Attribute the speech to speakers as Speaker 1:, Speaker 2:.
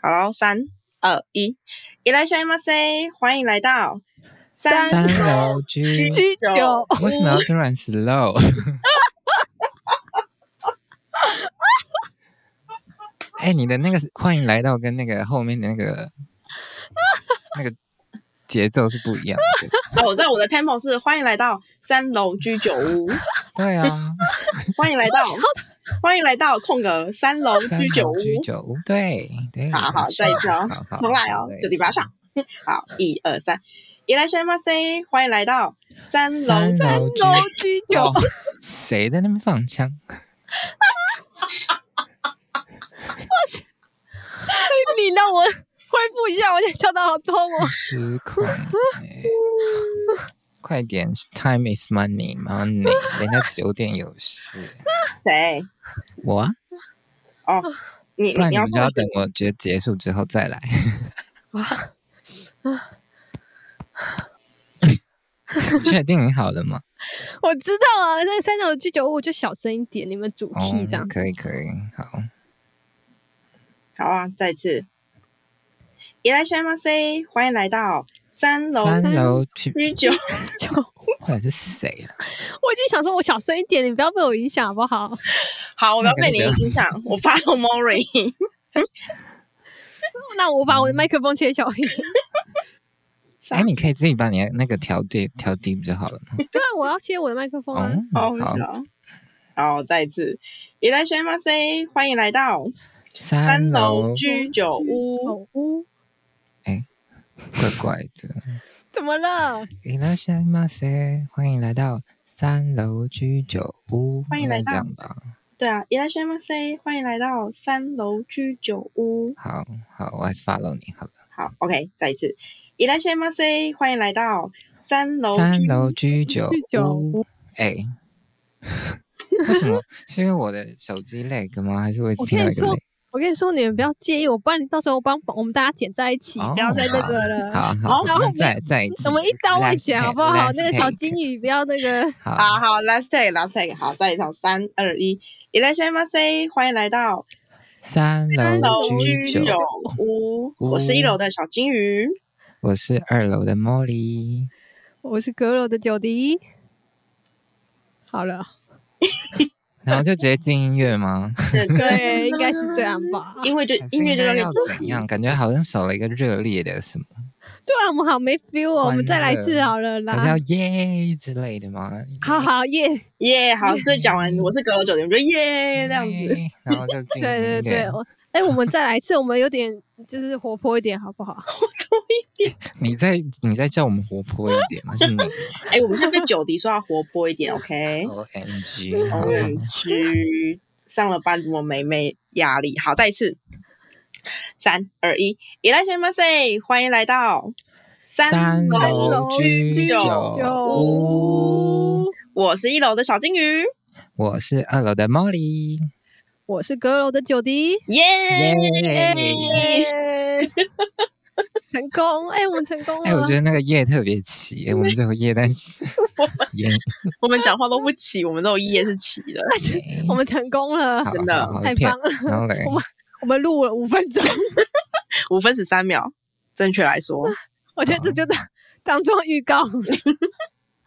Speaker 1: 好喽，三二一，いらっしゃいませ，欢迎来到
Speaker 2: 三
Speaker 3: 三楼居，
Speaker 2: 居酒
Speaker 3: 为什么要突然 slow？哎、你的那个是欢迎来到跟那个后面的那个那个节奏是不一样的。
Speaker 1: 哦，我知道我的 tempo 是欢迎来到三楼居酒 屋，
Speaker 3: 对 啊，
Speaker 1: 欢迎来到，欢迎来到空格三楼
Speaker 3: 三
Speaker 1: 居酒
Speaker 3: 楼
Speaker 1: 屋，
Speaker 3: 居酒屋，对对。
Speaker 1: 好好，再一次哦
Speaker 3: 好，好
Speaker 1: 重来哦
Speaker 3: 对，
Speaker 1: 这里巴上，好，一二三，いらっしゃいませ，欢迎来到三楼
Speaker 3: 三
Speaker 2: 三
Speaker 3: 楼居
Speaker 2: 楼居酒
Speaker 3: 哦，谁在那边放枪？
Speaker 2: 你让我恢复一下，我现在笑到好痛哦。
Speaker 3: 失控、哎快点，time is money，money，人家九点有事。
Speaker 1: 谁？
Speaker 3: 我啊，
Speaker 1: 哦，你
Speaker 3: 不然
Speaker 1: 你
Speaker 3: 你
Speaker 1: 要
Speaker 3: 们就要
Speaker 1: 放
Speaker 3: 等我觉得结束之后再来。你确定你好了吗？
Speaker 2: 我知道啊，那三楼居酒屋我就小声一点，你们主
Speaker 3: 哦
Speaker 2: 题这样，子。
Speaker 3: 可以可以，好，
Speaker 1: 好啊，再一次，いらっしゃいませ，欢迎来到三楼
Speaker 3: 三楼去，
Speaker 1: 居酒
Speaker 2: 就我
Speaker 3: 后来是谁了？
Speaker 2: 已经想说，我小声一点，你不要被我影响好不好？
Speaker 1: 好，我不要被你
Speaker 3: 那个
Speaker 1: 影响，我 follow Mori。
Speaker 2: 那我把我的麦克风切小一点。
Speaker 3: 哎，你可以自己把你的那个调低调低不就好了吗？
Speaker 2: 对啊，我要切我的麦克风啊。
Speaker 3: 哦，
Speaker 1: 哦，
Speaker 3: 好，
Speaker 1: 好，好，再一次，いらっしゃいませ，欢迎来到
Speaker 3: 三
Speaker 1: 三
Speaker 3: 楼
Speaker 1: 楼居酒屋。
Speaker 2: 酒屋
Speaker 3: 怪怪的。
Speaker 2: 怎么了？
Speaker 3: いらっしゃいませ，欢迎来到三楼居酒屋。
Speaker 1: 欢迎来
Speaker 3: 应该
Speaker 1: 到
Speaker 3: 是这样吧。
Speaker 1: 对啊，いらっしゃいませ，欢迎来到三楼居酒屋。
Speaker 3: 好好，我还是 follow 你好了。
Speaker 1: 好，OK，再一次，いらっしゃいませ，欢迎来到三楼
Speaker 3: 三
Speaker 1: 居
Speaker 3: 楼居酒
Speaker 2: 居酒
Speaker 3: 屋
Speaker 2: 屋，
Speaker 3: 哎、 为什么？是因为我的手机 lag 吗？还是我一直
Speaker 2: 我
Speaker 3: 听
Speaker 2: 跟
Speaker 3: 到
Speaker 2: 你
Speaker 3: 一个
Speaker 2: 说
Speaker 3: lag？，
Speaker 2: 我跟你说，你们不要介意，我帮你到时候我帮我们大家剪在一起，
Speaker 3: 哦
Speaker 2: 不要再那个了。
Speaker 1: 啊
Speaker 3: 好
Speaker 2: 好
Speaker 3: 好，
Speaker 2: 然后
Speaker 3: 那
Speaker 2: 我们
Speaker 3: 再再一次，
Speaker 2: 我们一刀未
Speaker 3: Last
Speaker 2: 剪
Speaker 3: take，
Speaker 2: 好不好？
Speaker 3: last
Speaker 2: 那个小
Speaker 3: take
Speaker 2: 金鱼不要那个。
Speaker 3: 好，
Speaker 1: 好好，last take，last take，好，再一场三二一，いらっしゃいませ，欢迎来到
Speaker 3: 三
Speaker 1: 三
Speaker 3: 楼
Speaker 1: 楼居
Speaker 3: 酒
Speaker 1: 酒，屋。我是一楼的小金鱼，
Speaker 3: 我是二楼的茉莉。
Speaker 2: 我是阁楼的九迪。好了，
Speaker 3: 然后就直接进音 乐吗？
Speaker 1: 对
Speaker 2: 对，应该是这样吧？
Speaker 1: 因为就
Speaker 3: 还是
Speaker 1: 音乐
Speaker 3: 应
Speaker 1: 就
Speaker 3: 该
Speaker 1: 交给
Speaker 3: 要怎样？感觉好像少了一个热烈的什么，
Speaker 2: 对啊，我们好没 feel 哦，我们再来一次好了
Speaker 3: 还是
Speaker 2: 啦
Speaker 3: 要。耶之类的吗？
Speaker 2: 好好耶
Speaker 1: 耶好，所以讲完我是阁楼酒店，我们就耶这样子。
Speaker 3: 耶，哎然后就进 音
Speaker 2: 对对
Speaker 3: 乐。
Speaker 2: 对，我哎，我们再来一次，我们有点就是活泼一点好不好？
Speaker 3: 你在你在叫我们活泼一点吗？是 你吗
Speaker 1: 哎，我们现在被九迪说要活泼一点，OK？
Speaker 2: 哎
Speaker 3: O M G，好，
Speaker 1: 嗯，去上了班怎么没没压力？好，再一次，三二一，いらっしゃいませ，欢迎来到
Speaker 3: 三
Speaker 2: 楼
Speaker 3: 楼居酒屋，
Speaker 1: 我是一楼的小金鱼，
Speaker 3: 我是二楼的 Molly，
Speaker 2: 我是阁楼的九迪。
Speaker 1: 耶、
Speaker 3: 耶！
Speaker 2: 耶哎成功！哎，我们成功
Speaker 3: 哎，我
Speaker 2: 了
Speaker 3: 觉。得那个夜特别 齐，哎我们只有夜，但是耶，
Speaker 1: 我们讲话都不齐，我们都有一也是齐的。
Speaker 3: 耶
Speaker 2: 我们成功了
Speaker 3: 哎好，
Speaker 1: 真的
Speaker 3: 好好
Speaker 2: 太
Speaker 3: 骗
Speaker 2: 棒了！
Speaker 3: 然后嘞，
Speaker 2: 我们我们录了五分钟，
Speaker 1: 五分十三秒，正确来说，
Speaker 2: 我觉得这就当当做预告。